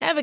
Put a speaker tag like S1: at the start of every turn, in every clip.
S1: Ever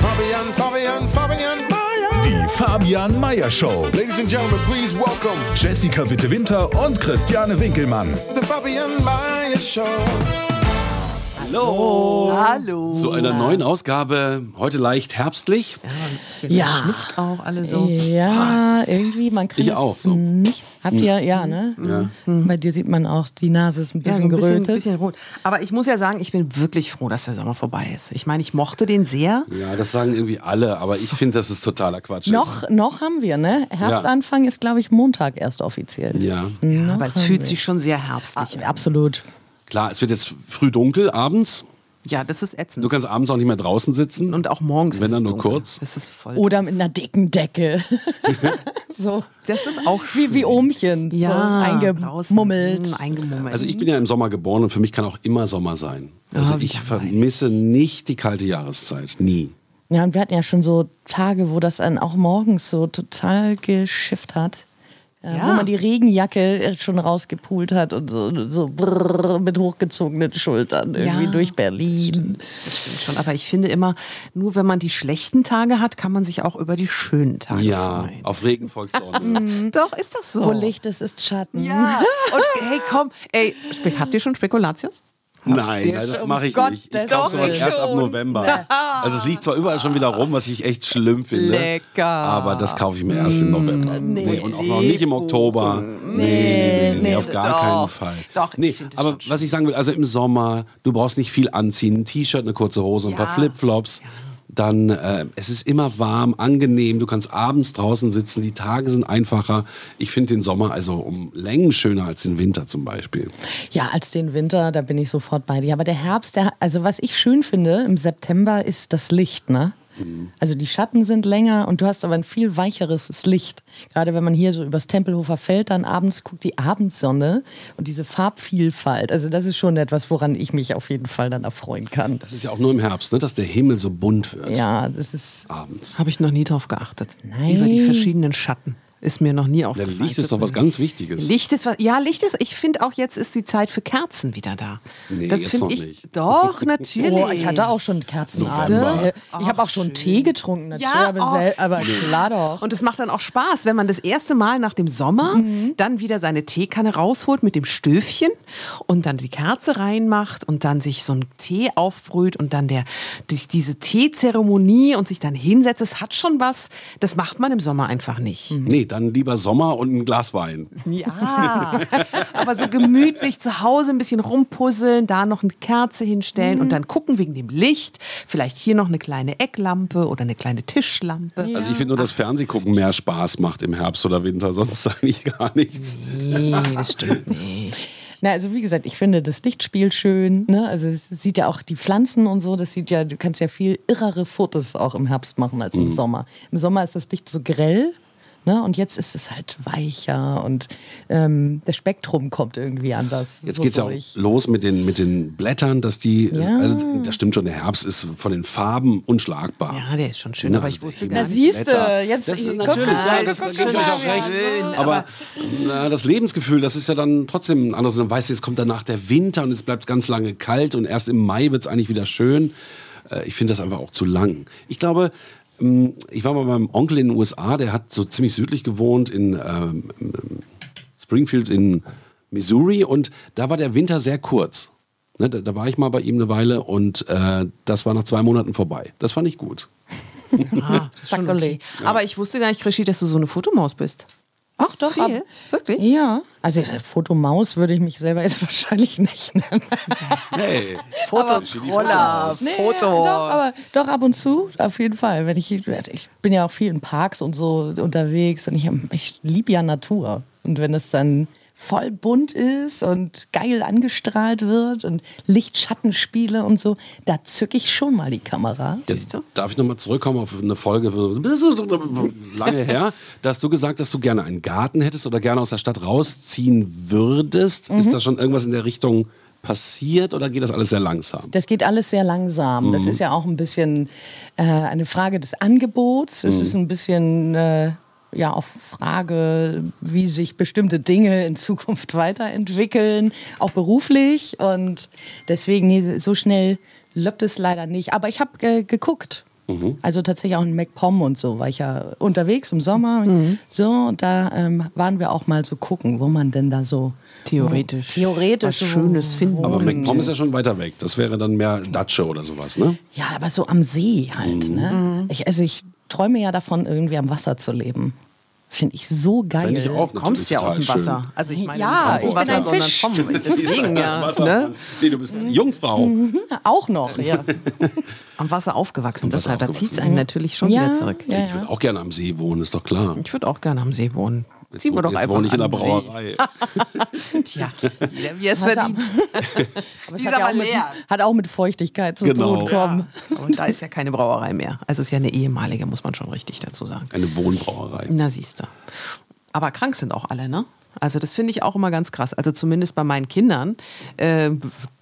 S2: Fabian, Fabian, Fabian Meier.
S3: Die Fabian Meyer Show.
S2: Ladies and gentlemen, please welcome
S3: Jessica Witte Winter und Christiane Winkelmann.
S2: the Fabian Meier Show.
S4: Hallo.
S5: Hallo.
S4: Zu einer neuen Ausgabe, heute leicht herbstlich.
S5: ja.
S6: Ja.
S5: Schnupft auch alle so. Ah,
S6: Ja,
S5: es ist-
S6: irgendwie, man kann
S4: Ich
S6: es
S4: auch, so. Hm.
S6: nicht. Habt ihr, ja, ne? Bei dir sieht man auch, die Nase ist ein
S5: ja,
S6: bisschen
S5: so ein bisschen,
S6: gerötet.
S5: bisschen rot. Aber ich muss ja sagen, ich bin wirklich froh, dass der Sommer vorbei ist. Ich meine, ich mochte den sehr.
S4: Ja, das sagen irgendwie alle, aber ich finde, das ist totaler Quatsch.
S6: Noch, noch haben wir, ne? Herbstanfang ist, glaube ich, Montag erst offiziell.
S4: Ja,
S6: Noch
S5: aber es
S6: haben
S5: fühlt
S6: wir.
S5: sich schon sehr herbstlich
S6: Ah,
S5: an.
S6: Absolut.
S4: klar, es wird jetzt früh dunkel abends.
S5: Ja, das ist ätzend.
S4: Du kannst abends auch nicht mehr draußen sitzen.
S5: Und auch morgens.
S4: Wenn
S5: ist es
S4: dann nur
S5: dunkel.
S4: kurz.
S5: Das ist voll.
S6: Oder mit einer dicken Decke. so.
S5: das ist auch schön.
S6: Wie, wie Ohmchen. so
S5: draußen.
S6: eingemummelt.
S5: Mm, eingemummelt.
S4: Also ich bin ja im Sommer geboren und für mich kann auch immer Sommer sein. Also
S5: Ah, wie
S4: ich
S5: langweilig.
S4: vermisse nicht die kalte Jahreszeit. Nie.
S6: Ja, und wir hatten ja schon so Tage, wo das dann auch morgens so total geschifft hat. Äh,
S5: Ja.
S6: Wo man die Regenjacke äh, schon rausgepult hat und so, so brrr, mit hochgezogenen Schultern irgendwie
S5: Ja,
S6: durch Berlin.
S5: das stimmt schon. Aber ich finde immer, nur wenn man die schlechten Tage hat, kann man sich auch über die schönen Tage
S4: Ja,
S5: freuen.
S4: auf Regen folgt Sonne.
S5: Doch, ist das so.
S6: Wo Licht ist, ist Schatten.
S5: Ja. Und hey, komm, ey, Spe- habt ihr schon Spekulatius?
S4: Nein,
S6: ihr
S4: nein, das
S6: schon-
S4: mache ich
S6: Gott,
S4: nicht. Ich
S6: das
S4: glaube
S6: doch
S4: sowas erst ab
S6: schon.
S4: November. Also es liegt zwar überall schon wieder rum, was ich echt schlimm finde.
S5: Lecker.
S4: Aber das kaufe ich mir erst im November. Nee. und auch noch nicht im Oktober. Nee, nee, nee, nee, auf gar
S5: doch.
S4: keinen Fall.
S5: Doch, ich
S4: nee,
S5: finde das
S4: aber
S5: schon schön.
S4: was ich sagen will, also im Sommer, du brauchst nicht viel anziehen. Ein T-Shirt, eine kurze Hose, ein paar Flipflops. Dann, äh, es ist immer warm, angenehm, du kannst abends draußen sitzen, die Tage sind einfacher. Ich finde den Sommer also um Längen schöner als den Winter zum Beispiel.
S6: Ja, als den Winter, da bin ich sofort bei dir. Aber der Herbst, der, also was ich schön finde im September, ist das Licht, ne?
S4: Mhm.
S6: Also die Schatten sind länger und du hast aber ein viel weicheres Licht. Gerade wenn man hier so übers Tempelhofer Feld dann abends guckt, die Abendsonne und diese Farbvielfalt. Also das ist schon etwas, woran ich mich auf jeden Fall dann erfreuen kann.
S4: Das ist ja auch nur im Herbst, ne, dass der Himmel so bunt wird
S6: Ja, das ist
S4: abends.
S5: Habe ich noch nie drauf geachtet.
S6: Nein.
S5: Über die verschiedenen Schatten. Ist mir noch nie
S4: Ja,
S5: aufgefallen.
S4: Licht ist doch was ganz Wichtiges.
S5: Licht ist was, ja, Licht ist, ich finde auch jetzt ist die Zeit für Kerzen wieder da.
S4: Nee,
S5: das
S4: jetzt
S5: finde
S4: noch
S5: ich,
S4: nicht.
S5: doch, natürlich.
S6: Oh, ich hatte auch schon Kerzenabend.
S4: November.
S6: Ich habe auch schon Tee getrunken, natürlich,
S5: Ja,
S6: aber,
S5: oh,
S6: sel- aber klar doch.
S5: Und es macht dann auch Spaß, wenn man das erste Mal nach dem Sommer
S6: Mhm.
S5: dann wieder seine Teekanne rausholt mit dem Stöfchen und dann die Kerze reinmacht und dann sich so einen Tee aufbrüht und dann der, die, diese Teezeremonie und sich dann hinsetzt. Das hat schon was, das macht man im Sommer einfach nicht.
S4: Nee, dann lieber Sommer und ein Glas Wein.
S5: Ja, Ah. aber so gemütlich zu Hause ein bisschen rumpuzzeln, da noch eine Kerze hinstellen und dann gucken wegen dem Licht. Vielleicht hier noch eine kleine Ecklampe oder eine kleine Tischlampe.
S4: Also ich finde nur, dass Fernsehgucken mehr Spaß macht im Herbst oder Winter, sonst eigentlich gar nichts.
S5: Nee, das stimmt nicht.
S6: Na, also wie gesagt, ich finde das Lichtspiel schön. Ne? Also es sieht ja auch die Pflanzen und so, das sieht ja, du kannst ja viel irrere Fotos auch im Herbst machen als im Sommer. Im Sommer ist das Licht so grell. Ne? Und jetzt ist es halt weicher und ähm, das Spektrum kommt irgendwie anders.
S4: Jetzt
S6: so
S4: geht's ja auch
S6: durch.
S4: los mit den, mit den Blättern, dass die,
S6: Ja.
S4: also das stimmt schon, der Herbst ist von den Farben unschlagbar.
S5: Ja, der ist schon schön,
S4: Ne,
S5: aber
S4: also
S5: ich wusste
S4: der
S5: gar
S6: Na,
S5: nicht.
S4: Himmel, die
S6: siehste,
S4: Blätter.
S6: jetzt- äh,
S4: das ist
S6: guck
S4: natürlich,
S6: mal,
S4: ja, das
S6: guck
S4: gebe ich
S6: mal,
S4: euch auch
S6: wir
S4: recht.
S5: schön,
S4: aber na, das Lebensgefühl, das ist ja dann trotzdem ein anderes. Und Dann weißt du, jetzt kommt danach der Winter und es bleibt ganz lange kalt und erst im Mai wird es eigentlich wieder schön. Äh, Ich finde das einfach auch zu lang. Ich glaube, mh, ich war mal bei meinem Onkel in den USA, der hat so ziemlich südlich gewohnt in ähm, Springfield in Missouri und da war der Winter sehr kurz. Ne, da, da war ich mal bei ihm eine Weile und äh, das war nach zwei Monaten vorbei. Das fand ich gut.
S5: Ah, das ist schon okay. Aber ich wusste gar nicht, Krischi, dass du so eine Fotomaus bist.
S6: Ach doch,
S5: Viel?
S6: ab-
S5: Wirklich?
S6: Ja. Also äh, Fotomaus würde ich mich selber jetzt wahrscheinlich nicht nennen.
S4: Hey.
S5: Fototroller, Foto.
S6: Doch, aber doch ab und zu, auf jeden Fall. Wenn ich, ich bin ja auch viel in Parks und so unterwegs und ich, ich liebe ja Natur. Und wenn es dann voll bunt ist und geil angestrahlt wird und Lichtschattenspiele und so, da zücke ich schon mal die Kamera.
S5: Siehst du?
S4: Darf ich nochmal zurückkommen auf eine Folge lange her, dass du gesagt hast, dass du gerne einen Garten hättest oder gerne aus der Stadt rausziehen würdest.
S5: Mhm.
S4: Ist da schon irgendwas in der Richtung passiert oder geht das alles sehr langsam?
S6: Das geht alles sehr langsam. Das ist ja auch ein bisschen äh, eine Frage des Angebots. Es ist ein bisschen äh, ja auch Frage, wie sich bestimmte Dinge in Zukunft weiterentwickeln, auch beruflich. Und deswegen nee, so schnell löppt es leider nicht. Aber ich habe äh, geguckt. Also tatsächlich auch in MacPom und so war ich ja unterwegs im Sommer. So, und da ähm, waren wir auch mal so gucken, wo man denn da so
S5: Theoretisch.
S6: Theoretisch.
S5: Was Schönes finden.
S4: Aber MacPom ist ja schon weiter weg. Das wäre dann mehr Datsche oder sowas, ne?
S6: Ja, aber so am See halt.
S4: Mhm.
S6: Ne? Ich, also ich träume ja davon, irgendwie am Wasser zu leben. Das finde ich so geil.
S4: Fänd ich auch
S5: Du kommst ja aus dem
S4: natürlich total
S5: Wasser. Also ich meine,
S6: Ja,
S5: nicht aus dem
S6: ich bin
S5: Wasser,
S6: ein Fisch.
S5: sondern vom Deswegen, ja.
S4: Wasser-
S5: Ne? Mhm.
S4: Nee, du bist Jungfrau.
S6: Auch noch, ja.
S5: Am Wasser aufgewachsen.
S4: Wasser
S5: Deshalb, da zieht es
S4: aufgewachsen.
S5: einen natürlich schon
S6: Ja.
S5: wieder zurück.
S6: Ja,
S4: Ich
S6: ja.
S4: würde auch gerne am See wohnen, ist doch klar.
S5: Ich würde auch gerne am See wohnen. Ziehen wir doch
S4: jetzt
S5: einfach
S4: wohne ich in der
S5: an den See.
S4: Brauerei.
S5: Tja, jeder wie er es
S6: Was ab-
S5: verdient.
S6: Aber es
S5: Die ist
S6: hat, ja
S5: aber
S6: auch mit,
S5: leer.
S6: hat auch mit Feuchtigkeit zu
S4: Genau.
S6: tun. Komm.
S5: Und da ist ja keine Brauerei mehr. Also ist ja eine ehemalige, muss man schon richtig dazu sagen.
S4: Eine Wohnbrauerei.
S5: Na siehst du. Aber krank sind auch alle, ne? Also das finde ich auch immer ganz krass. Also zumindest bei meinen Kindern. Äh,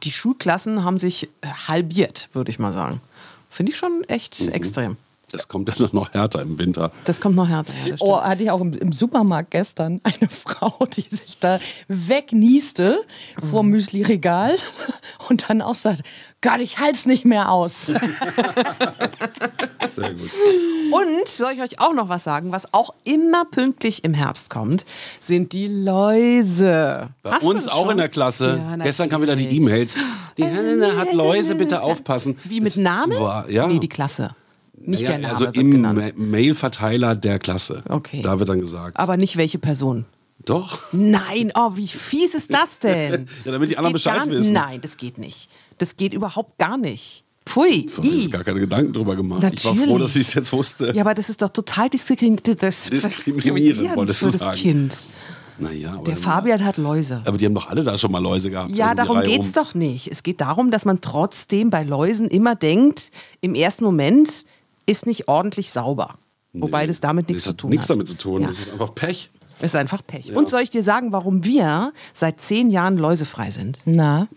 S5: die Schulklassen haben sich äh, halbiert, würde ich mal sagen. Finde ich schon echt
S6: Mhm.
S5: extrem.
S4: Das kommt dann noch härter im Winter.
S5: Das kommt noch härter. Ja, das stimmt.
S6: Oh, hatte ich auch im, im Supermarkt gestern eine Frau, die sich da wegnieste
S5: Mhm.
S6: vor Müsli-Regal und dann auch sagt, Gott, ich halt's nicht mehr aus.
S4: Sehr gut.
S5: Und soll ich euch auch noch was sagen, was auch immer pünktlich im Herbst kommt, sind die Läuse.
S4: Bei
S5: Hast du
S4: uns
S5: das
S4: auch
S5: schon?
S4: in der Klasse.
S5: Ja, Äh,
S4: Gestern kamen wieder die E-Mails. Die Helena hat Läuse, bitte aufpassen.
S5: Wie
S4: Das
S5: mit Namen?
S4: War, ja.
S5: Nee, die Klasse. Nicht
S4: ja,
S5: der Name
S4: Also
S5: wird
S4: im
S5: genannt.
S4: Ma- Mail-Verteiler der Klasse.
S5: Okay.
S4: Da wird dann gesagt.
S5: Aber nicht welche Person.
S4: Doch.
S5: Nein, oh, wie fies ist das denn?
S4: Ja, damit die
S5: das
S4: anderen
S5: geht
S4: Bescheid
S5: gar,
S4: wissen.
S5: Nein, das geht nicht. Das geht überhaupt gar nicht. Pfui.
S4: Ich habe
S5: i.
S4: gar keine Gedanken drüber gemacht. Ich war
S5: Natürlich.
S4: froh, dass ich es jetzt wusste.
S5: Ja, aber das ist doch total diskrimin das
S4: Diskriminierend, wolltest du
S5: für das
S4: sagen.
S5: Kind.
S4: Naja, aber
S5: Der Fabian hat Läuse.
S4: Aber die haben doch alle da schon mal Läuse gehabt.
S5: Ja,
S4: um die
S5: darum
S4: Reihe
S5: geht's
S4: rum.
S5: doch nicht. Es geht darum, dass man trotzdem bei Läusen immer denkt, im ersten Moment ist nicht ordentlich sauber. Wobei
S4: Nee,
S5: das damit nichts
S4: das
S5: zu
S4: hat
S5: tun
S4: Nichts
S5: hat.
S4: damit zu tun.
S5: Ja.
S4: Das ist einfach Pech.
S5: ist einfach Pech. Und soll ich dir sagen, warum wir seit zehn Jahren läusefrei sind?
S6: Na,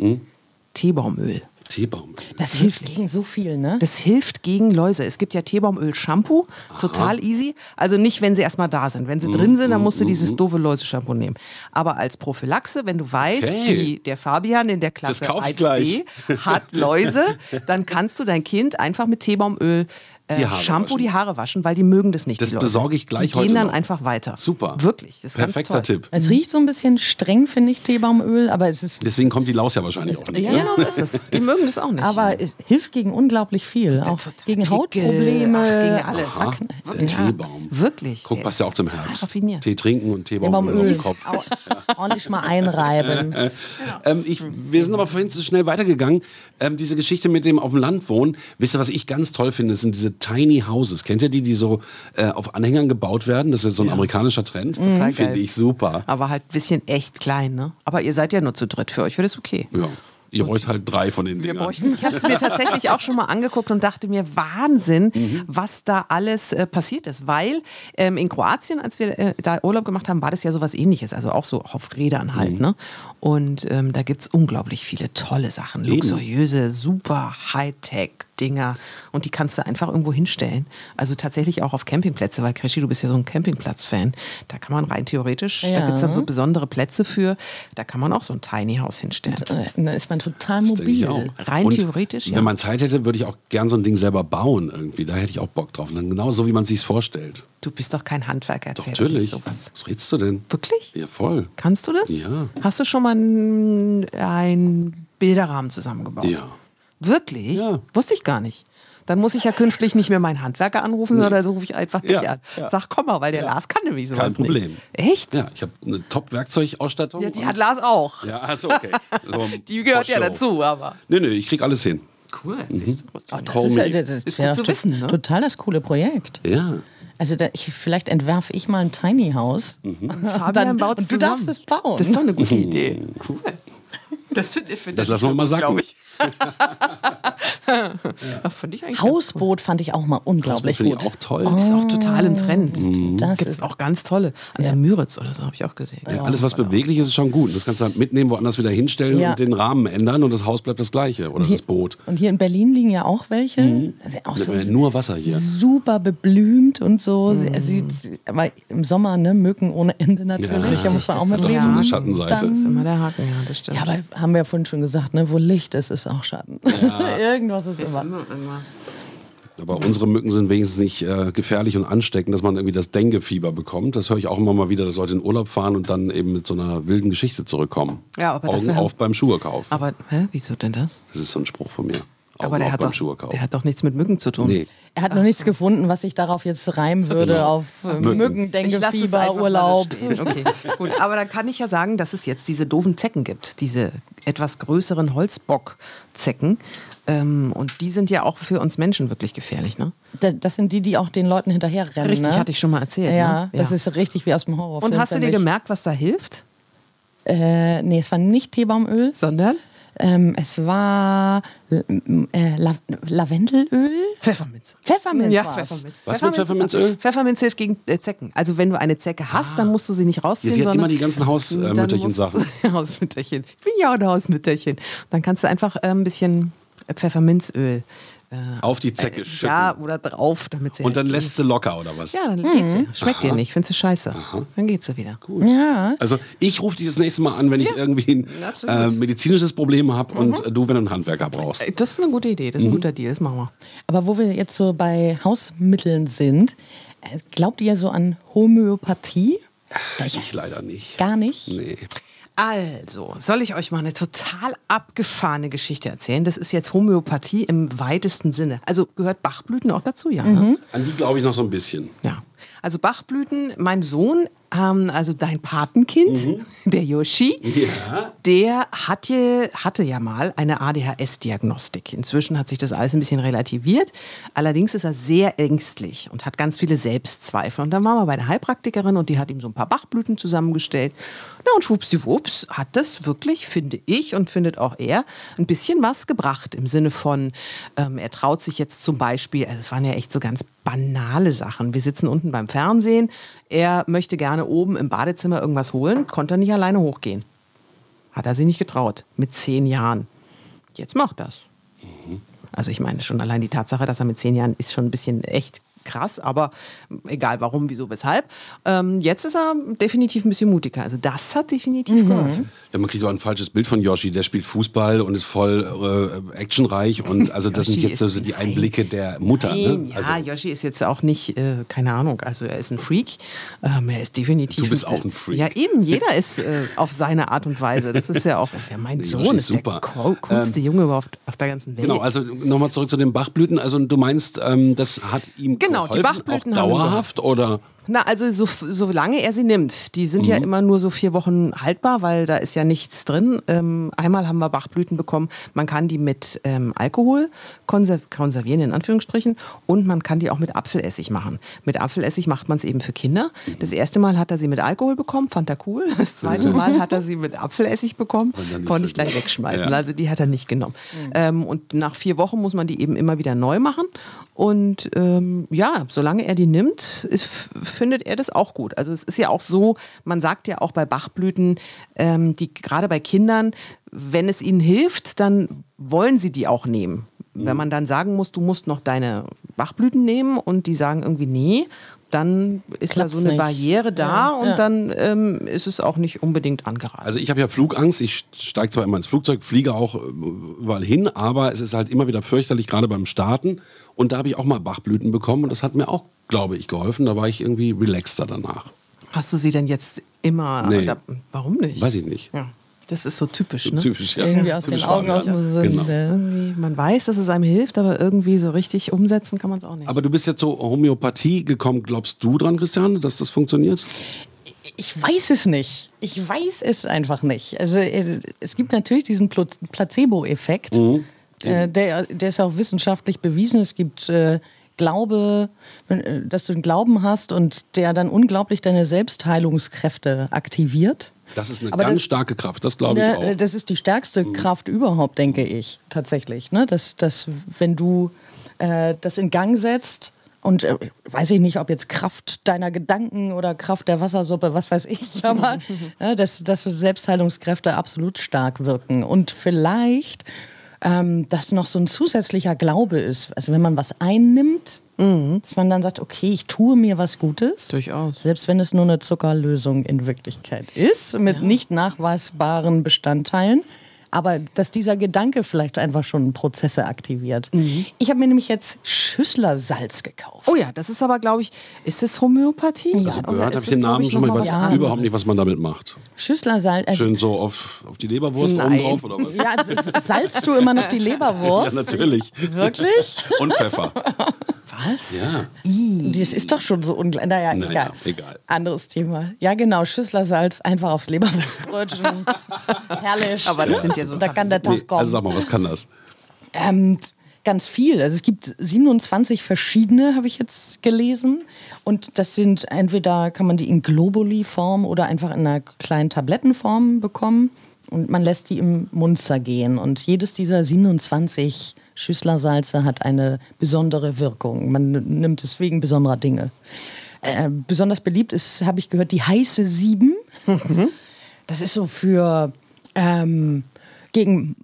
S5: Teebaumöl.
S4: Teebaum.
S6: das hilft gegen so viel, ne?
S5: Das hilft gegen Läuse. Es gibt ja Teebaumöl-Shampoo, total easy. Also nicht, wenn sie erstmal da sind. Wenn sie
S4: Mhm,
S5: drin sind, dann musst du dieses doofe Läuse-Shampoo nehmen. Aber als Prophylaxe, wenn du weißt,
S4: Okay.
S5: die, der Fabian in der Klasse
S4: kaufe ich
S5: 1b hat Läuse, dann kannst du dein Kind einfach mit Teebaumöl äh,
S4: Die Haare
S5: Shampoo
S4: waschen.
S5: die Haare waschen, weil die mögen das nicht.
S4: Das
S5: die Läuse.
S4: besorge ich gleich
S5: die
S4: heute
S5: gehen dann
S4: noch.
S5: einfach weiter.
S4: Super.
S5: Wirklich. Das ist
S4: Perfekter
S5: ganz toll.
S4: Tipp.
S6: Es riecht so ein bisschen streng, finde ich, Teebaumöl, aber es ist
S4: Deswegen kommt die Laus ja wahrscheinlich auch nicht. ne?
S5: Ja, genau so ist es. Die mögen das auch nicht.
S6: Aber es hilft gegen unglaublich viel. Auch
S5: total
S6: gegen
S5: Pickel,
S6: Hautprobleme.
S5: ach, gegen alles.
S4: Aha,
S5: Akne.
S4: der
S5: Wirklich.
S4: Teebaum.
S5: Wirklich.
S4: Guck, passt ja auch zum Herbst.
S5: raffiniert.
S4: Tee trinken und
S6: Den Baum
S4: Teebaum über
S6: Öl.
S4: den Kopf.
S6: Au- Ordentlich mal einreiben.
S4: Ähm, ich, wir sind aber vorhin zu schnell weitergegangen. Ähm, diese Geschichte mit dem auf dem Land wohnen. Wisst ihr, was ich ganz toll finde? Das sind diese Tiny Houses. Kennt ihr die, die so äh, auf Anhängern gebaut werden? Das ist jetzt so ein amerikanischer Trend. Mhm.
S5: Total geil.
S4: Finde ich super.
S5: Aber halt ein bisschen echt klein, ne? Aber ihr seid ja nur zu dritt. Für euch wäre das okay.
S4: Ja. Ihr bräucht halt drei von den Dingern.
S5: Ich habe es mir tatsächlich auch schon mal angeguckt und dachte mir, Wahnsinn, was da alles äh, passiert ist. Weil ähm, in Kroatien, als wir äh, da Urlaub gemacht haben, war das ja sowas ähnliches. Also auch so auf Rädern halt. Ne? Und ähm, da gibt es unglaublich viele tolle Sachen. Luxuriöse, super Hightech-Dinger. Und die kannst du einfach irgendwo hinstellen. Also tatsächlich auch auf Campingplätze, weil Krischi, du bist ja so ein Campingplatz-Fan. Da kann man rein theoretisch, da
S6: Ja.
S5: gibt es dann so besondere Plätze für. Da kann man auch so ein Tiny House hinstellen.
S6: Äh, Da ist man total
S4: Denke ich auch.
S6: mobil.
S5: Rein
S4: Und
S5: theoretisch, ja.
S4: Wenn man Zeit hätte, würde ich auch gern so ein Ding selber bauen irgendwie. Da hätte ich auch Bock drauf. Und dann genau so, wie man es sich vorstellt.
S5: Du bist doch kein Handwerker,
S4: Doch,
S5: erzähl doch
S4: natürlich.
S5: nicht sowas.
S4: Was redest du denn?
S5: Wirklich?
S4: Ja, voll.
S5: Kannst du das?
S4: Ja.
S5: Hast du schon mal einen einen Bilderrahmen zusammengebaut?
S4: Ja.
S5: Wirklich?
S4: Ja.
S5: Wusste ich gar nicht. Dann muss ich ja künftig nicht mehr meinen Handwerker anrufen, sondern so rufe ich einfach dich
S4: Ja,
S5: an.
S4: ja.
S5: Sag, komm mal, weil der Lars kann nämlich sowas
S4: Kein Problem.
S5: nicht. Echt?
S4: Ja, ich habe eine Top-Werkzeugausstattung.
S5: Ja, die
S4: und-
S5: hat Lars auch.
S4: Ja, also okay. So,
S5: Die gehört
S4: for
S5: ja
S4: show.
S5: dazu, aber.
S4: Nee, nee, ich krieg alles hin. Mhm.
S5: Cool. Siehst du,
S6: Oh, das
S4: Call
S6: ist,
S4: me.
S6: ja- das
S5: Ist
S6: wäre
S5: gut
S6: doch
S5: zu wissen, ne?
S6: total das coole Projekt.
S4: Ja.
S6: Also da, ich, vielleicht entwerfe ich mal ein Tiny House.
S4: Mhm.
S5: Fabian
S6: Dann-
S5: baut's
S6: und du
S5: zusammen.
S6: darfst es bauen.
S5: Das ist doch eine gute Idee. Cool. Das finde find
S4: Das lassen wir mal sacken.
S5: glaube ich. Ach, Finde ich eigentlich Ganz
S6: Hausboot fand ich auch mal unglaublich
S4: finde
S6: gut.
S4: ich auch toll.
S5: cool. Ist auch total im Trend.
S4: Mhm.
S6: Das
S5: Gibt es
S6: ist-
S5: auch ganz tolle. An der Müritz oder so habe ich auch gesehen.
S4: Ja, alles, was beweglich ist, ist schon gut. Das kannst du halt mitnehmen, woanders wieder hinstellen
S6: Ja.
S4: und den Rahmen ändern und das Haus bleibt das gleiche
S5: Mhm.
S4: oder das Boot.
S6: Und hier in Berlin liegen ja auch welche. Das ist ja auch
S4: Nimmt
S6: so
S4: man ja Mhm. Äh, nur Wasser hier.
S6: Super beblümt und so.
S5: Mhm.
S6: Sie- Sieht, aber im Sommer, ne, Mücken ohne Ende natürlich. da muss man auch
S5: das
S6: mit
S5: ist
S4: doch
S6: leben.
S4: so eine Schattenseite.
S5: Das ist
S6: Dann-
S5: immer der Haken, ja, das stimmt.
S6: ja, aber haben wir ja vorhin schon gesagt, ne, wo Licht ist, ist auch Schatten. Irgendwas ist immer.
S5: irgendwas.
S4: Aber unsere Mücken sind wenigstens nicht äh, gefährlich und ansteckend, dass man irgendwie das Dengue-Fieber bekommt. Das höre ich auch immer mal wieder, dass Leute in Urlaub fahren und dann eben mit so einer wilden Geschichte zurückkommen.
S5: Ja, aber
S4: Augen
S5: dafür haben-
S4: auf beim Schuhe kaufen.
S5: Aber, hä, wieso denn das?
S4: Das ist so ein Spruch von mir. Augen
S5: aber der
S4: auf
S5: hat,
S4: beim
S5: doch,
S4: Schuhe kaufen.
S5: der hat doch nichts mit Mücken zu tun.
S4: nee.
S6: Er hat noch nichts gefunden, was ich darauf jetzt reimen würde,
S4: Genau.
S6: auf äh,
S4: Mücken.
S6: Mücken,
S5: Ich
S6: Denke,
S5: lasse es einfach
S6: Fieber,
S5: mal so
S6: Urlaub.
S5: stehen. Okay, gut. Aber dann kann ich ja sagen, dass es jetzt diese doofen Zecken gibt, diese etwas größeren Holzbock-Zecken. Ähm, und die sind ja auch für uns Menschen wirklich gefährlich, ne?
S6: Da- Das sind die, die auch den Leuten hinterherrennen.
S5: Richtig,
S6: ne?
S5: hatte ich schon mal erzählt, ne?
S6: Ja, das
S5: Ja.
S6: ist richtig wie aus dem Horrorfilm.
S5: Und hast du
S6: für
S5: dir
S6: mich.
S5: gemerkt, was da hilft?
S6: Äh, nee, es war nicht Teebaumöl.
S5: Sondern?
S6: Ähm, es war äh, La Lavendelöl.
S5: Pfefferminz.
S6: Pfefferminz.
S5: Ja,
S6: war's.
S5: Pfefferminz.
S4: Was mit
S5: ist-
S4: Pfefferminzöl?
S5: Pfefferminz hilft gegen äh, Zecken. Also wenn du eine Zecke hast, dann musst du sie nicht rausziehen.
S4: Ah. Ja, sie hat
S5: sondern
S4: immer die ganzen Haus- äh,
S5: Dann
S4: Mütterchen
S5: musst-
S4: Sachen.
S5: Hausmütterchen. Ich bin ja auch ein Hausmütterchen. Dann kannst du einfach äh, ein bisschen Pfefferminzöl äh,
S4: Auf die Zecke schütten.
S5: Ja, oder drauf, damit sie
S4: Und dann
S5: halt
S4: lässt Mhm. sie locker oder was?
S5: geht. Ja, dann geht's. ihr. Schmeckt dir nicht, findest du scheiße. Dann geht sie wieder.
S4: Gut. Also ich rufe dich das nächste Mal an, wenn ich irgendwie ein äh,
S5: absolut. Mhm.
S4: medizinisches Problem habe und äh, du, wenn du einen Handwerker brauchst.
S5: Äh, Das ist eine gute Idee, das
S4: Mhm.
S5: ist ein guter Deal, das machen wir.
S6: Aber wo wir jetzt so bei Hausmitteln sind, äh, glaubt ihr so an Homöopathie?
S4: Ich leider nicht.
S6: Gar nicht.
S4: Nee.
S5: Also, soll ich euch mal eine total abgefahrene Geschichte erzählen? Das ist jetzt Homöopathie im weitesten Sinne. Also gehört Bachblüten auch dazu, ja. Ne?
S4: An die glaube ich noch so ein bisschen.
S5: Ja. Also Bachblüten, mein Sohn, ähm, also dein Patenkind, der Yoshi, der hat je, hatte ja mal eine ADHS-Diagnostik. Inzwischen hat sich das alles ein bisschen relativiert. Allerdings ist er sehr ängstlich und hat ganz viele Selbstzweifel. Und dann waren wir bei der Heilpraktikerin und die hat ihm so ein paar Bachblüten zusammengestellt. Na und schwuppsiwupps hat das wirklich, finde ich und findet auch er, ein bisschen was gebracht. Im Sinne von, ähm, er traut sich jetzt zum Beispiel, also es waren ja echt so ganz banale Sachen. Wir sitzen unten beim Fernsehen. Er möchte gerne oben im Badezimmer irgendwas holen, konnte er nicht alleine hochgehen. Hat er sich nicht getraut. Mit zehn Jahren. Jetzt macht das. Also ich meine schon allein die Tatsache, dass er mit zehn Jahren ist schon ein bisschen echt krass, aber egal warum, wieso, weshalb. Ähm, jetzt ist er definitiv ein bisschen mutiger. Also das hat definitiv
S4: Mhm.
S5: geholfen.
S4: Ja, man kriegt so ein falsches Bild von Yoshi. Der spielt Fußball und ist voll äh, actionreich. Und also das sind
S5: Yoshi
S4: jetzt so
S5: ist-
S4: die Einblicke der Mutter.
S5: Nein,
S4: ne?
S5: ja,
S4: also,
S5: Yoshi ist jetzt auch nicht, äh, keine Ahnung, also er ist ein Freak. Ähm, er ist definitiv.
S4: Du bist auch ein Freak.
S5: Ja, eben, jeder ist äh, auf seine Art und Weise. Das ist ja auch, ist ja mein
S4: Nee,
S5: Sohn,
S4: Yoshi
S5: ist
S4: ist super. Ähm,
S5: der co- coolste Junge überhaupt auf der ganzen Welt.
S4: Genau, also nochmal zurück zu den Bachblüten. Also du meinst, ähm, das hat ihm
S5: Genau, die
S4: geholfen,
S5: Bachblüten
S4: auch
S5: haben ihm
S4: dauerhaft oder?
S5: Na, also so, solange er sie nimmt. Die sind ja
S4: Mhm.
S5: immer nur so vier Wochen haltbar, weil da ist ja nichts drin. Ähm, einmal haben wir Bachblüten bekommen. Man kann die mit ähm, Alkohol konser konservieren, in Anführungsstrichen. Und man kann die auch mit Apfelessig machen. Mit Apfelessig macht man es eben für Kinder.
S4: Mhm.
S5: Das erste Mal hat er sie mit Alkohol bekommen, fand er cool. Das zweite Mal hat er sie mit Apfelessig bekommen,
S4: dann ist
S5: konnte
S4: er
S5: ich gleich
S4: gut.
S5: wegschmeißen.
S4: Ja.
S5: Also die hat er nicht genommen.
S6: Mhm.
S5: Ähm, und nach vier Wochen muss man die eben immer wieder neu machen. Und ähm, ja, solange er die nimmt, ist, f- findet er das auch gut. Also es ist ja auch so, man sagt ja auch bei Bachblüten, ähm, die gerade bei Kindern, wenn es ihnen hilft, dann wollen sie die auch nehmen. Wenn man dann sagen muss, du musst noch deine Bachblüten nehmen und die sagen irgendwie nee, dann ist
S6: Klappt's
S5: da so eine
S6: nicht.
S5: Barriere da
S6: Ja,
S5: und
S6: ja.
S5: dann ähm, ist es auch nicht unbedingt angeraten.
S4: Also ich habe ja Flugangst. Ich steige zwar immer ins Flugzeug, fliege auch äh, überall hin, aber es ist halt immer wieder fürchterlich, gerade beim Starten. Und da habe ich auch mal Bachblüten bekommen und das hat mir auch, glaube ich, geholfen. Da war ich irgendwie relaxter danach.
S5: Hast du sie denn jetzt immer?
S4: Nee.
S5: Da, warum nicht?
S4: Weiß ich nicht.
S5: Ja, das ist so typisch, ne?
S4: Typisch, ja.
S6: Irgendwie aus
S4: Typisch
S6: den Augen, aus
S4: Fabian.
S6: dem Sinn. ne?
S4: Genau.
S5: Irgendwie, man weiß, dass es einem hilft, aber irgendwie so richtig umsetzen kann man es auch nicht.
S4: Aber du bist jetzt zur Homöopathie gekommen. Glaubst du dran, Christiane, dass das funktioniert?
S6: Ich weiß es nicht. Ich weiß es einfach nicht. Also äh, es gibt natürlich diesen Plo- Placebo-Effekt. Äh, der, der ist auch wissenschaftlich bewiesen. Es gibt äh, Glaube, wenn, äh, dass du einen Glauben hast und der dann unglaublich deine Selbstheilungskräfte aktiviert.
S4: Das ist eine
S6: Aber
S4: ganz
S6: das-
S4: starke Kraft, das glaube ich
S6: Ne,
S4: auch. Mhm.
S6: Das ist die stärkste Kraft überhaupt, denke ich, tatsächlich. Ne? Dass, dass, wenn du äh, das in Gang setzt und äh, weiß ich nicht, ob jetzt Kraft deiner Gedanken oder Kraft der Wassersuppe, was weiß ich, aber ne, dass, dass Selbstheilungskräfte absolut stark wirken. Und vielleicht, ähm, dass noch so ein zusätzlicher Glaube ist. Also wenn man was einnimmt, dass man dann sagt, okay, ich tue mir was Gutes.
S5: Durchaus.
S6: Selbst wenn es nur eine Zuckerlösung in Wirklichkeit ist, mit nicht nachweisbaren Bestandteilen. Aber dass dieser Gedanke vielleicht einfach schon Prozesse aktiviert. Ich habe mir nämlich jetzt Schüsslersalz gekauft.
S5: Mhm. Oh ja, das ist aber, glaube ich, ist es Homöopathie? Oh, Ja,
S4: Also gehört habe ich den Namen schon mal, ich weiß
S6: was
S4: überhaupt nicht, was man damit macht.
S6: Schüsslersalz. Äh,
S4: Schön so auf, auf die Leberwurst
S5: Nein.
S4: oben drauf oder was?
S6: ja, also salzt du immer noch die
S4: Ja,
S6: Leberwurst?
S4: natürlich.
S6: Wirklich?
S4: Und Pfeffer.
S5: Was?
S4: Ja.
S6: Das ist doch schon so ungleich. Naja,
S4: Naja,
S6: egal.
S4: egal.
S6: Anderes Thema. Ja, genau. Schüsslersalz einfach aufs Leberwurstbrötchen. Herrlich.
S5: Aber das sind ja so
S6: Da kann der Tag
S4: Nee,
S6: kommen.
S4: also sag mal, was kann das?
S6: Ähm, ganz viel. Also es gibt 27 verschiedene, habe ich jetzt gelesen. Und das sind entweder kann man die in Globuli-Form oder einfach in einer kleinen Tablettenform bekommen. Und man lässt die im Mund zergehen. Und jedes dieser 27 Schüsslersalze hat eine besondere Wirkung. Man nimmt es wegen besonderer Dinge. Äh, besonders beliebt ist, habe ich gehört, die heiße Sieben. Das ist so für ähm, gegen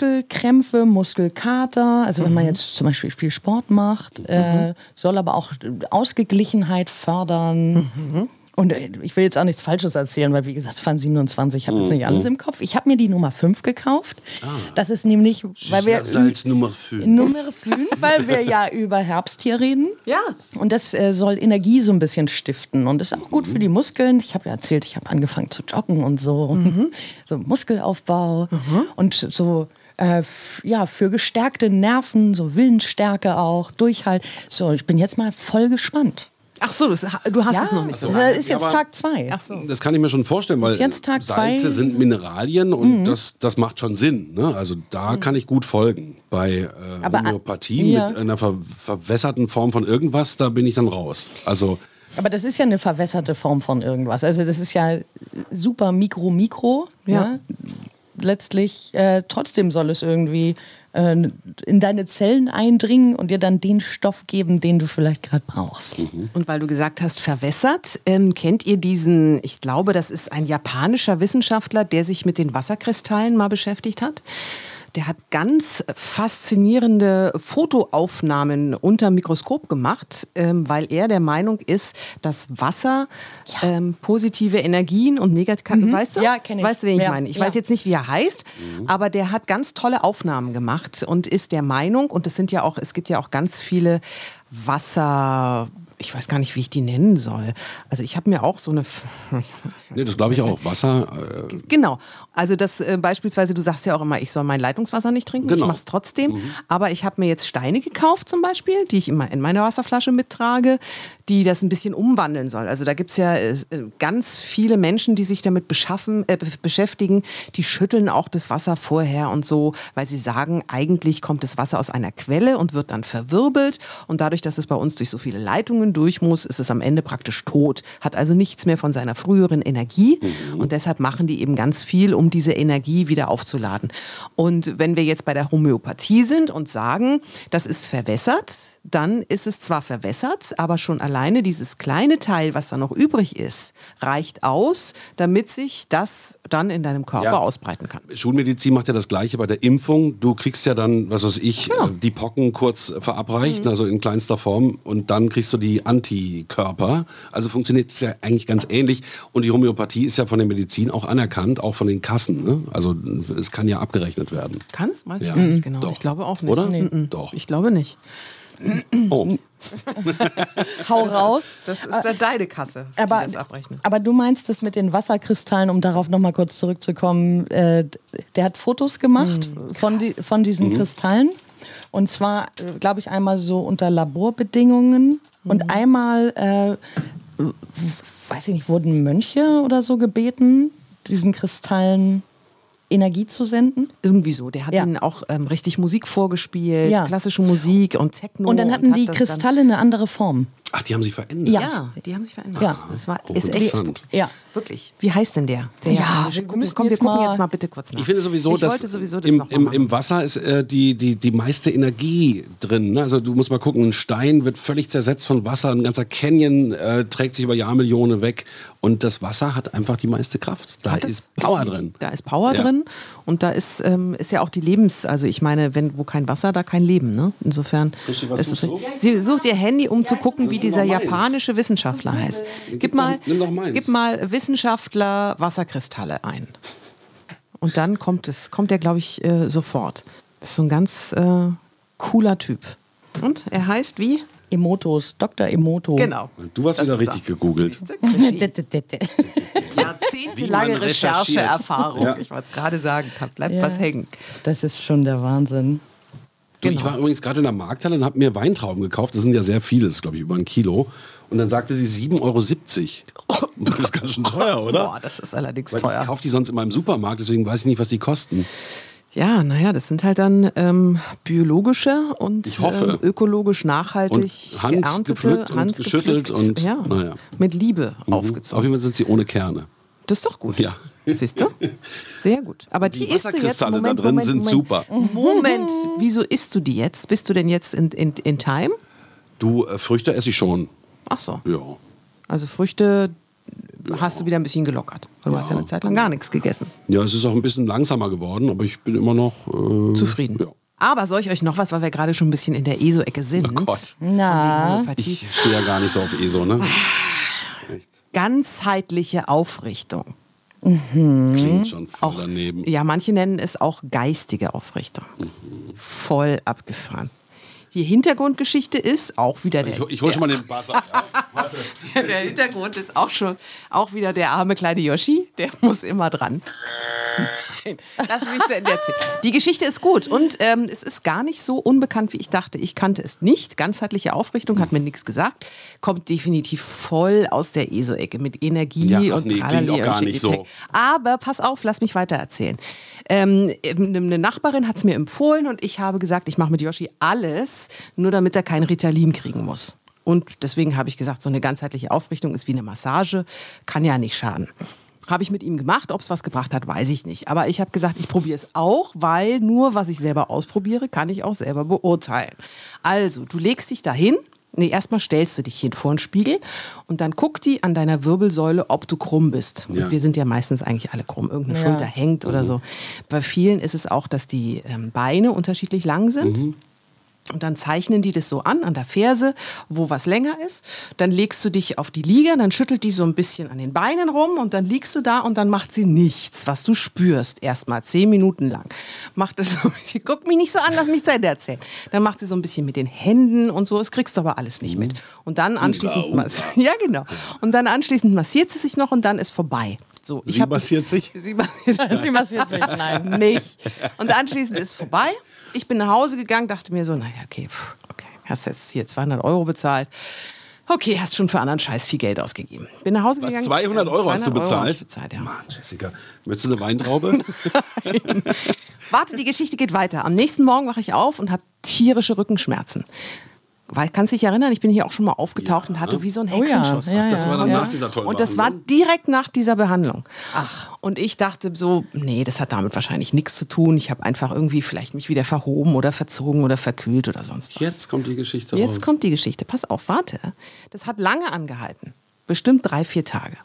S6: Muskelkrämpfe, Muskelkater, also wenn man
S4: Mhm.
S6: jetzt zum Beispiel viel Sport macht, äh, soll aber auch Ausgeglichenheit fördern.
S4: Mhm.
S6: Und äh, ich will jetzt auch nichts Falsches erzählen, weil wie gesagt, es waren 27, ich habe
S4: Mhm.
S6: jetzt nicht alles im Kopf. Ich habe mir die Nummer 5 gekauft. Das ist nämlich, weil wir
S4: Ah. Salz Nummer 5.
S6: Nummer 5, weil wir ja über Herbst hier reden.
S5: Ja.
S6: Und das äh, soll Energie so ein bisschen stiften und ist auch gut für
S5: Mhm.
S6: die Muskeln. Ich habe ja erzählt, ich habe angefangen zu joggen und so.
S5: Mhm.
S6: So Muskelaufbau und so. Äh, f- ja, für gestärkte Nerven, so Willensstärke auch, Durchhalt. So, ich bin jetzt mal voll gespannt.
S5: Ach so, das, du hast
S6: ja,
S5: es noch nicht so.
S6: Das ist
S4: Ja,
S6: jetzt
S4: aber-
S6: Tag zwei.
S5: Ach so.
S4: Das kann ich mir schon vorstellen, weil
S6: Ist jetzt Tag zwei. Mhm.
S4: Salze sind Mineralien und das, das macht schon Sinn. Ne? Also da kann ich gut folgen. Bei äh,
S6: Aber-
S4: Homöopathie
S6: ja.
S4: mit einer ver verwässerten Form von irgendwas, da bin ich dann raus. Also
S6: Aber das ist ja eine verwässerte Form von irgendwas. Also das ist ja super Mikro-Mikro.
S5: Ja.
S6: Ne? Letztlich, äh, trotzdem soll es irgendwie äh, in deine Zellen eindringen und dir dann den Stoff geben, den du vielleicht gerade brauchst.
S5: Und weil du gesagt hast, verwässert, ähm, kennt ihr diesen, ich glaube, das ist ein japanischer Wissenschaftler, der sich mit den Wasserkristallen mal beschäftigt hat. Der hat ganz faszinierende Fotoaufnahmen unter Mikroskop gemacht, ähm, weil er der Meinung ist, dass Wasser ähm, positive Energien und negative, weißt du?
S6: Ja, kenn ich.
S5: Weißt du, wen ich
S6: Ja,
S5: meine? Ich
S6: ja.
S5: weiß jetzt nicht, wie er heißt, aber der hat ganz tolle Aufnahmen gemacht und ist der Meinung, und es sind ja auch, es gibt ja auch ganz viele Wasser, ich weiß gar nicht, wie ich die nennen soll. Also ich habe mir auch so eine,
S4: nee, das glaube ich auch. Wasser, äh,
S5: genau, also das äh, beispielsweise, du sagst ja auch immer, ich soll mein Leitungswasser nicht trinken,
S4: Genau.
S5: ich mache es trotzdem, aber ich habe mir jetzt Steine gekauft zum Beispiel, die ich immer in meiner Wasserflasche mittrage, die das ein bisschen umwandeln soll. Also da gibt es ja äh, ganz viele Menschen, die sich damit beschaffen, äh, bef- beschäftigen, die schütteln auch das Wasser vorher und so, weil sie sagen, eigentlich kommt das Wasser aus einer Quelle und wird dann verwirbelt. Und dadurch, dass es bei uns durch so viele Leitungen durch muss, ist es am Ende praktisch tot, hat also nichts mehr von seiner früheren Energie.
S4: Mhm.
S5: Und deshalb machen die eben ganz viel, um diese Energie wieder aufzuladen. Und wenn wir jetzt bei der Homöopathie sind und sagen, das ist verwässert, dann ist es zwar verwässert, aber schon alleine dieses kleine Teil, was da noch übrig ist, reicht aus, damit sich das dann in deinem Körper
S4: Ja.
S5: ausbreiten kann.
S4: Schulmedizin macht ja das Gleiche bei der Impfung. Du kriegst ja dann, was weiß ich, äh, die Pocken kurz äh, verabreicht, also in kleinster Form, und dann kriegst du die Antikörper. Also funktioniert es ja eigentlich ganz ähnlich. Und die Homöopathie ist ja von der Medizin auch anerkannt, auch von den Kassen. Ne? Also es kann ja abgerechnet werden.
S5: Kann es? Weiß
S4: Ja.
S5: ich gar nicht genau.
S4: Doch.
S5: Ich glaube auch nicht.
S4: Oder?
S5: Nee. Mhm.
S4: Doch.
S5: Ich glaube nicht.
S4: Oh.
S6: Hau raus.
S5: Das ist dann deine Kasse,
S6: Aber, aber du meinst das mit den Wasserkristallen, um darauf nochmal kurz zurückzukommen, äh, d- der hat Fotos gemacht
S5: Hm,
S6: von, die, von diesen Kristallen. Und zwar, glaube ich, einmal so unter Laborbedingungen
S5: Mhm.
S6: und einmal, äh, w- weiß ich nicht, wurden Mönche oder so gebeten, diesen Kristallen Energie zu senden.
S5: Irgendwie so. Der hat
S6: Ja.
S5: ihnen auch ähm, richtig Musik vorgespielt,
S6: Ja.
S5: klassische Musik Oh, und Techno.
S6: Und dann hatten
S5: hat
S6: die
S5: das
S6: Kristalle eine andere Form.
S4: Ach, die haben sich verändert.
S5: Dann, ja, die haben sich verändert.
S6: Ja.
S5: Das war,
S4: Oh,
S5: ist echt
S4: interessant.
S6: Ja.
S5: wirklich. Wie heißt denn der? der
S6: Ja,
S5: japanische?
S6: wir
S5: Guck,
S6: müssen
S5: komm, wir
S6: jetzt
S5: gucken
S6: mal-
S5: jetzt mal bitte kurz nach.
S4: Ich finde sowieso,
S5: ich
S4: dass
S5: wollte sowieso das
S4: im,
S5: noch mal
S4: im,
S5: machen.
S4: im Wasser ist äh, die, die, die meiste Energie drin. Ne? Also du musst mal gucken, ein Stein wird völlig zersetzt von Wasser, ein ganzer Canyon äh, trägt sich über Jahrmillionen weg und das Wasser hat einfach die meiste Kraft. Da
S5: Hat es-
S4: ist Power drin.
S5: Da ist Power
S4: Ja.
S5: drin und da ist, ähm, ist ja auch die Lebens, also ich meine, wenn wo kein Wasser, da kein Leben. Ne? Insofern
S4: Richtig, was
S5: ist es
S4: suchst du?
S5: Sie sucht ihr Handy, um zu gucken, wie
S4: Nimm
S5: dieser
S4: doch meins.
S5: japanische Wissenschaftler heißt. Gib
S4: doch-
S5: mal,
S4: nimm doch meins.
S5: gib mal Wissenschaftler Wasserkristalle ein. Und dann kommt es, kommt er, glaube ich, äh, sofort. Das ist so ein ganz äh, cooler Typ. Und er heißt wie?
S6: Emotos, Dr. Emoto.
S5: Genau.
S4: Oh, Du hast
S5: Das
S4: wieder
S5: ist
S4: richtig gegoogelt.
S5: er.
S4: Wie
S5: Jahrzehntelange
S4: man recherchiert.
S5: Rechercheerfahrung.
S4: Ja.
S5: Ich wollte es gerade sagen, da bleibt
S6: Ja.
S5: was hängen.
S6: Das ist schon der Wahnsinn.
S4: Du,
S5: Genau.
S4: Ich war übrigens gerade in der Markthalle und habe mir Weintrauben gekauft. Das sind ja sehr viele, das ist glaube ich über ein Kilo. Und dann sagte sie 7,70 Euro. Das ist ganz schön teuer, oder?
S5: Boah, Ah, das ist allerdings
S4: Weil ich
S5: teuer.
S4: kaufe die sonst immer im Supermarkt, deswegen weiß ich nicht, was die kosten.
S5: Ja, naja, das sind halt dann ähm, biologische und
S4: Ich hoffe.
S5: ähm, ökologisch nachhaltig
S4: Und hand
S5: geerntete,
S4: gepflückt und geschüttelt und-
S5: ja,
S4: naja.
S5: mit Liebe
S4: Auf
S5: aufgezogen.
S4: jeden Fall sind sie ohne Kerne.
S5: Das ist doch gut.
S4: Ja.
S5: Siehst du? Sehr gut. Aber die,
S4: Die
S5: isst du jetzt.
S4: Wasserkristalle da
S5: Moment,
S4: drin
S5: Moment,
S4: sind
S5: Moment. Mhm.
S4: super.
S5: Moment, wieso isst du die jetzt? Bist du denn jetzt in, in, in Time?
S4: Du, äh, Früchte esse ich schon.
S5: Ach so.
S4: Ja.
S5: Also Früchte hast du wieder ein bisschen gelockert. Weil du hast ja eine Zeit lang gar nichts gegessen.
S4: Ja, es ist auch ein bisschen langsamer geworden, aber ich bin immer noch äh,
S5: Zufrieden.
S4: Ja.
S5: Aber soll ich euch noch was, weil wir gerade schon ein bisschen in der ESO-Ecke sind?
S4: Oh Gott.
S6: Na,
S5: Homöopathie.
S4: Ich stehe ja gar nicht so auf ESO, ne? Echt.
S5: ganzheitliche Aufrichtung.
S4: Klingt schon voll
S5: Mhm. Auch,
S4: daneben.
S5: Ja, manche nennen es auch geistige Aufrichtung.
S4: Mhm.
S5: Voll abgefahren. Die Hintergrundgeschichte ist auch wieder der.
S4: Ich, ich hole schon mal den Buzzer. Ja? Warte.
S5: der Hintergrund ist auch schon auch wieder der arme kleine Yoshi. Der muss immer dran. Nein, lass es mich zu Ende erzählen. Die Geschichte ist gut und ähm, es ist gar nicht so unbekannt, wie ich dachte. Ich kannte es nicht. Ganzheitliche Aufrichtung hat mir nichts gesagt. Kommt definitiv voll aus der ESO-Ecke mit Energie
S4: Ja, ach
S5: und
S4: nee, klingt
S5: Tralali
S4: auch
S5: und
S4: gar
S5: Schickimicki.
S4: nicht so.
S5: Aber pass auf, lass mich weiter erzählen. Ähm, eine Nachbarin hat es mir empfohlen und ich habe gesagt, ich mache mit Yoshi alles, nur damit er kein Ritalin kriegen muss. Und deswegen habe ich gesagt, so eine ganzheitliche Aufrichtung ist wie eine Massage, kann ja nicht schaden. Habe ich mit ihm gemacht, ob es was gebracht hat, weiß ich nicht. Aber ich habe gesagt, ich probiere es auch, weil nur was ich selber ausprobiere, kann ich auch selber beurteilen. Also, du legst dich dahin, nee, erstmal stellst du dich hin vor einen Spiegel und dann guckt die an deiner Wirbelsäule, ob du krumm bist.
S4: Ja.
S5: Und wir sind ja meistens eigentlich alle krumm. Irgendeine
S6: Ja.
S5: Schulter hängt oder so. Bei vielen ist es auch, dass die ähm, Beine unterschiedlich lang sind. Und dann zeichnen die das so an, an der Ferse, wo was länger ist. Dann legst du dich auf die Liege, dann schüttelt die so ein bisschen an den Beinen rum und dann liegst du da und dann macht sie nichts, was du spürst. Erstmal zehn Minuten lang. Macht das so, sie guckt mich nicht so an, lass mich zu Ende erzählen. Dann macht sie so ein bisschen mit den Händen und so, das kriegst du aber alles nicht mit. Und
S4: Mhm.
S5: dann anschließend, mas- ja genau. Und dann anschließend massiert sie sich noch und dann ist vorbei. So,
S4: Sie
S5: hab-
S4: massiert sich?
S5: Sie massiert
S6: Sie massiert sich, nein.
S5: nicht. Und anschließend ist vorbei. Ich bin nach Hause gegangen, dachte mir so, naja, okay, pff, okay, hast jetzt hier 200 Euro bezahlt. Okay, hast schon für anderen Scheiß viel Geld ausgegeben. Bin nach Hause
S4: Was,
S5: gegangen.
S4: 200
S5: äh,
S4: Euro hast du
S5: 200 Euro hab
S4: bezahlt?
S5: ich bezahlt ja.
S4: Mann, Jessica, möchtest du eine Weintraube?
S5: Warte, die Geschichte geht weiter. Am nächsten Morgen wache ich auf und habe tierische Rückenschmerzen. Weil, kannst dich erinnern, ich bin hier auch schon mal aufgetaucht und hatte wie so einen
S6: Oh ja,
S5: Hexenschuss.
S6: ja,
S4: Das
S6: ja.
S4: war dann
S5: Ja.
S4: nach dieser tollen
S5: Und das war
S4: Behandlung.
S5: direkt nach dieser Behandlung. Ach. Und ich dachte so, nee, das hat damit wahrscheinlich nichts zu tun. Ich habe einfach irgendwie vielleicht mich wieder verhoben oder verzogen oder verkühlt oder sonst was.
S4: Jetzt kommt die Geschichte raus.
S5: Jetzt kommt die Geschichte. Pass auf, warte. Das hat lange angehalten. Bestimmt drei, vier Tage.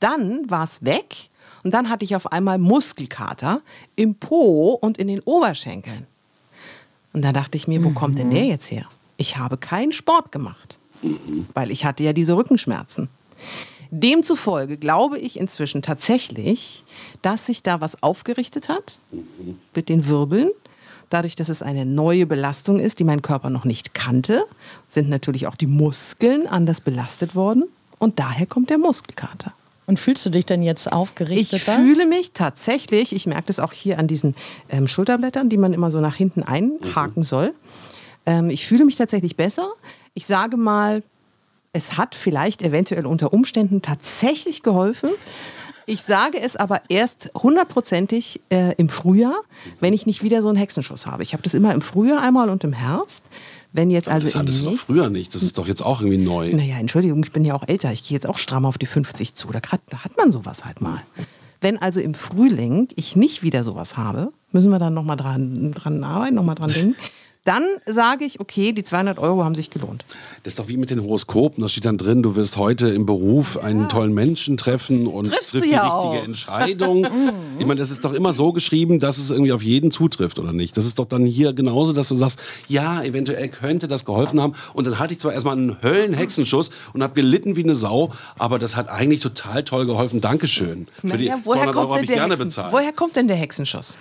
S5: Dann war es weg und dann hatte ich auf einmal Muskelkater im Po und in den Oberschenkeln. Und da dachte ich mir, wo kommt denn der
S4: Mhm.
S5: jetzt her? Ich habe keinen Sport gemacht, weil ich hatte ja diese Rückenschmerzen. Demzufolge glaube ich inzwischen tatsächlich, dass sich da was aufgerichtet hat mit den Wirbeln. Dadurch, dass es eine neue Belastung ist, die mein Körper noch nicht kannte, sind natürlich auch die Muskeln anders belastet worden. Und daher kommt der Muskelkater.
S6: Und fühlst du dich denn jetzt
S5: Ich
S6: aufgerichtet?
S5: fühle mich tatsächlich, ich merke das auch hier an diesen ähm, Schulterblättern, die man immer so nach hinten einhaken soll. Ähm, ich fühle mich tatsächlich besser. Ich sage mal, es hat vielleicht eventuell unter Umständen tatsächlich geholfen. Ich sage es aber erst hundertprozentig äh, im Frühjahr, wenn ich nicht wieder so einen Hexenschuss habe. Ich habe das immer im Frühjahr einmal und im Herbst. Wenn jetzt also
S4: Das
S5: im
S4: hattest du doch
S5: nächsten-
S4: früher nicht. Das ist doch jetzt auch irgendwie neu.
S5: Naja, Entschuldigung, ich bin ja auch älter. Ich gehe jetzt auch stramm auf die 50 zu. Da, grad, da hat man sowas halt mal. Wenn also im Frühling ich nicht wieder sowas habe, müssen wir dann nochmal dran, dran arbeiten, nochmal dran denken. Dann sage ich, okay, die 200 Euro haben sich gelohnt.
S4: Das ist doch wie mit den Horoskopen. Da steht dann drin, du wirst heute im Beruf einen tollen Menschen treffen und
S5: Triffst
S4: triffst
S5: du
S4: die
S5: ja
S4: richtige
S5: auch.
S4: Entscheidung. ich meine, das ist doch immer so geschrieben, dass es irgendwie auf jeden zutrifft, oder nicht? Das ist doch dann hier genauso, dass du sagst, ja, eventuell könnte das geholfen haben. Und dann hatte ich zwar erstmal einen Höllenhexenschuss und habe gelitten wie eine Sau, aber das hat eigentlich total toll geholfen. Dankeschön. Für die
S5: Naja,
S4: 200 Euro habe ich
S5: der
S4: gerne
S5: Hexen-
S4: bezahlt.
S5: woher kommt denn der Hexenschuss?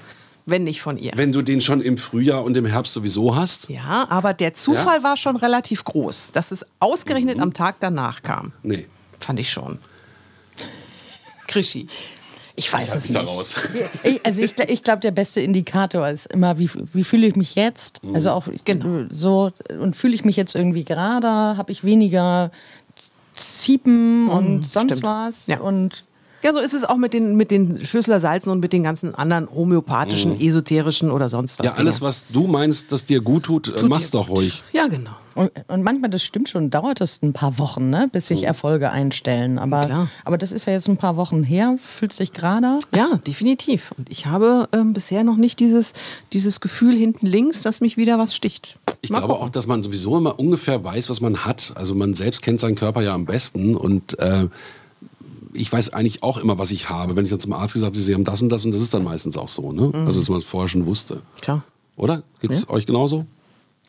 S5: Wenn nicht von ihr.
S4: Wenn du den schon im Frühjahr und im Herbst sowieso hast?
S5: Ja, aber der Zufall
S4: Ja? Mhm.
S5: war schon relativ groß, dass es ausgerechnet am Tag danach kam.
S4: Nee.
S5: Fand ich schon. Krischi.
S6: Ich weiß es
S4: ich da
S6: nicht.
S4: raus.
S6: Ich, also ich, gl- ich glaube, der beste Indikator ist immer, wie, wie fühle ich mich jetzt?
S4: Mhm.
S6: Also auch ich,
S5: Genau.
S6: so und fühle ich mich jetzt irgendwie gerader? Habe ich weniger Ziepen und sonst
S5: Mhm, stimmt.
S6: was?
S5: Ja.
S6: Und
S5: Ja, so ist es auch mit den, mit den Schüsslersalzen und mit den ganzen anderen homöopathischen, esoterischen oder sonst was.
S4: Mhm. Ja, alles,
S5: Dinge.
S4: was du meinst, das dir gut tut, äh, mach's
S5: dir
S4: doch
S5: gut.
S4: ruhig.
S5: Ja, genau.
S6: Und, und manchmal, das stimmt schon, dauert es ein paar Wochen, ne, bis
S4: Mhm.
S6: sich Erfolge einstellen.
S5: Klar.
S6: Aber, aber das ist ja jetzt ein paar Wochen her, fühlt sich gerade.
S5: Ja, definitiv. Und ich habe ähm, bisher noch nicht dieses, dieses Gefühl hinten links, dass mich wieder was sticht.
S4: Ich
S5: Mal
S4: glaube
S5: gucken.
S4: auch, dass man sowieso immer ungefähr weiß, was man hat. Also man selbst kennt seinen Körper ja am besten und äh, ich weiß eigentlich auch immer, was ich habe. Wenn ich dann zum Arzt gesagt habe, sie haben das und das und das ist dann meistens auch so, ne? Also dass man es vorher schon wusste.
S5: Mhm. Klar.
S4: Oder? Geht's euch genauso?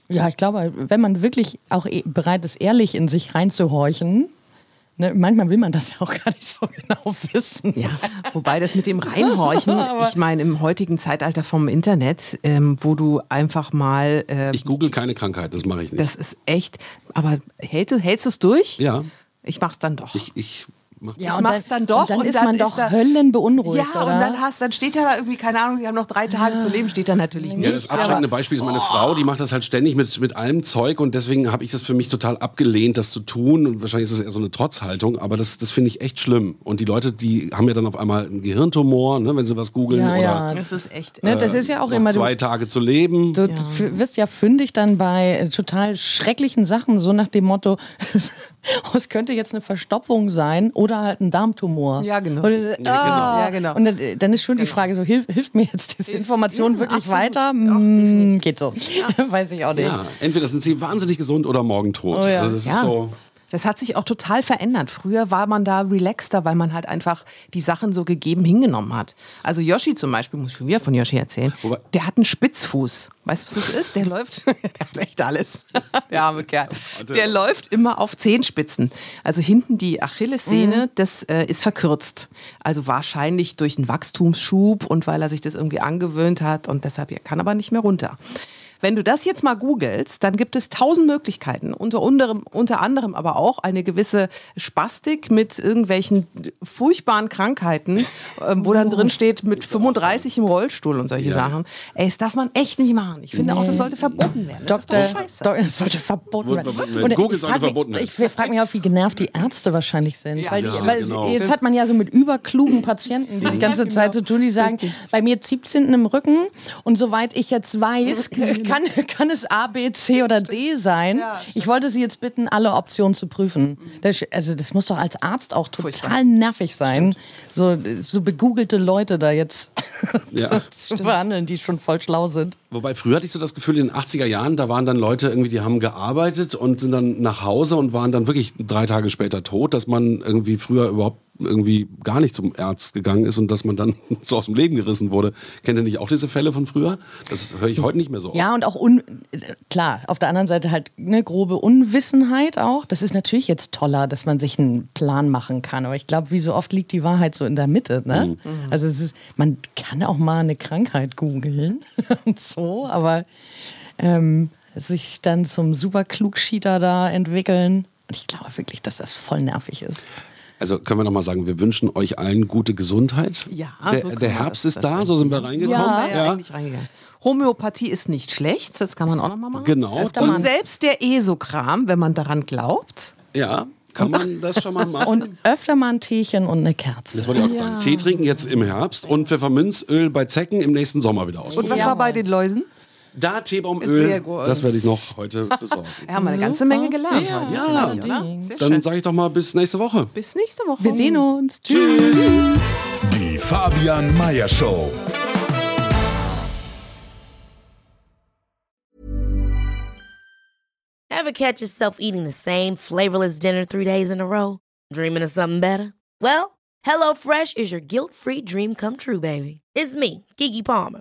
S6: Ja, ich glaube, wenn man wirklich auch eh bereit ist, ehrlich in sich reinzuhorchen, ne, manchmal will man das ja auch gar nicht so genau wissen.
S5: Ja, wobei das mit dem Reinhorchen,
S6: Aber-
S5: ich meine, im heutigen Zeitalter vom Internet, ähm, wo du einfach mal, äh,
S4: Ich google keine Krankheit, das mache ich nicht.
S5: das ist echt, aber hält, du- hältst du es durch?
S4: Ja.
S5: Ich mach's dann doch.
S4: Ich, ich mach
S6: Ja,
S5: ich
S6: und
S5: mach's
S6: dann-
S5: dann, doch.
S6: und dann ist man doch höllenbeunruhigt,
S5: Ja, und
S6: oder?
S5: dann, hast, dann steht da, da irgendwie, keine Ahnung, sie haben noch drei Tage zu leben, steht da natürlich nicht.
S4: Ja, das abschreckende Beispiel ist
S6: Oh.
S4: meine Frau, die macht das halt ständig mit, mit allem Zeug und deswegen habe ich das für mich total abgelehnt, das zu tun. Und wahrscheinlich ist es eher so eine Trotzhaltung, aber das, das finde ich echt schlimm. Und die Leute, die haben ja dann auf einmal einen Gehirntumor, ne, wenn sie was googeln
S6: Ja,
S4: oder
S6: ja.
S5: Das ist echt. äh,
S6: Ne, das ist ja auch
S4: noch
S6: immer,
S4: zwei
S6: du,
S4: Tage zu leben.
S6: du f- wirst ja fündig dann bei äh, total schrecklichen Sachen, so nach dem Motto, es könnte jetzt eine Verstopfung sein oder halt ein Darmtumor.
S5: Ja, genau.
S6: Oder, ah,
S5: Ja, genau.
S6: Und dann, äh, dann ist schon die Frage so, hilf, hilft mir jetzt diese Information
S5: ja,
S6: wirklich
S5: absolut.
S6: weiter?
S5: Doch,
S6: Hm,
S5: definitiv.
S6: geht so. Weiß ich auch nicht.
S4: ja, entweder sind sie wahnsinnig gesund oder morgen tot.
S6: Oh ja.
S4: Also das ist
S5: Ja.
S4: so.
S5: Das hat sich auch total verändert. Früher war man da relaxter, weil man halt einfach die Sachen so gegeben hingenommen hat. Also Yoshi zum Beispiel, muss ich schon wieder von Yoshi erzählen,
S4: Wobei-
S5: der hat einen Spitzfuß. Weißt du, was das ist? Der läuft, der hat echt alles. Der arme Kerl. Der läuft immer auf Zehenspitzen. Also hinten die Achillessehne, das äh, ist verkürzt. Also wahrscheinlich durch einen Wachstumsschub und weil er sich das irgendwie angewöhnt hat und deshalb, er kann aber nicht mehr runter. Wenn du das jetzt mal googelst, dann gibt es tausend Möglichkeiten. Unter anderem, unter anderem aber auch eine gewisse Spastik mit irgendwelchen furchtbaren Krankheiten, ähm, wo dann drin steht mit 35 im Rollstuhl und solche Sachen. Ey, das darf man echt nicht machen. Ich finde auch, das sollte verboten werden. Das
S6: Dr.
S5: ist doch scheiße.
S6: Dok- das sollte verboten
S4: Wurde
S6: werden.
S4: verboten werden. Google
S6: ich
S4: sollte
S6: frag mich-
S4: verboten werden.
S6: Ich, frage mich auch, wie genervt die Ärzte wahrscheinlich sind.
S5: Ja.
S6: weil
S5: Ja,
S6: die, weil
S4: genau.
S6: Jetzt hat man ja so mit überklugen Patienten die, die ganze
S5: genau.
S6: Zeit zu tun, die sagen, bei mir zieht es hinten im Rücken und soweit ich jetzt weiß, kann, kann es A, B, C oder D sein. ich wollte Sie jetzt bitten, alle Optionen zu prüfen. Das, also das muss doch als Arzt auch total
S5: Mhm. Furchtbar.
S6: nervig sein, so, so begoogelte Leute da jetzt
S4: Ja.
S6: zu, zu behandeln, die schon voll schlau sind.
S4: Wobei früher hatte ich so das Gefühl, in den 80er Jahren, da waren dann Leute irgendwie, die haben gearbeitet und sind dann nach Hause und waren dann wirklich drei Tage später tot, dass man irgendwie früher überhaupt irgendwie gar nicht zum Arzt gegangen ist und dass man dann so aus dem Leben gerissen wurde. Kennt ihr nicht auch diese Fälle von früher? Das höre ich heute nicht mehr so. oft.
S6: Ja, und auch un klar, auf der anderen Seite halt eine grobe Unwissenheit auch. Das ist natürlich jetzt toller, dass man sich einen Plan machen kann. Aber ich glaube, wie so oft liegt die Wahrheit so in der Mitte. Ne? Also es ist, man kann auch mal eine Krankheit googeln und so, aber ähm, sich dann zum Superklugschieter da entwickeln. Und ich glaube wirklich, dass das voll nervig ist.
S4: Also können wir nochmal sagen, wir wünschen euch allen gute Gesundheit.
S5: Ja,
S4: der,
S5: so kann
S4: der
S5: man
S4: Herbst
S5: das
S4: ist da, so sind wir reingekommen.
S5: Ja, ja. eigentlich reingegangen. Homöopathie ist nicht schlecht, das kann man auch nochmal machen.
S4: Genau.
S5: Und selbst der ESO-Kram, wenn man daran glaubt,
S4: Ja. Kann man das schon mal machen?
S6: Und öfter mal ein Teechen und eine Kerze.
S4: das wollte ich auch sagen. Tee trinken jetzt im Herbst und Pfefferminzöl bei Zecken im nächsten Sommer wieder aus.
S5: Und was war bei den Läusen?
S4: Da
S5: Ist
S4: Teebaumöl,
S5: sehr gut.
S4: das werde ich noch heute besorgen.
S5: Wir haben eine ganze Menge gelernt heute.
S4: Ja,
S5: oder? Sehr
S4: dann
S5: schön.
S4: sage ich doch mal bis nächste Woche.
S5: Bis nächste Woche.
S6: Wir sehen uns. Tschüss.
S3: Die Fabian Meier Show.
S1: Ever catch yourself eating the same flavorless dinner three days in a row? Dreaming of something better? Well, HelloFresh is your guilt free dream come true, baby. It's me, Gigi Palmer.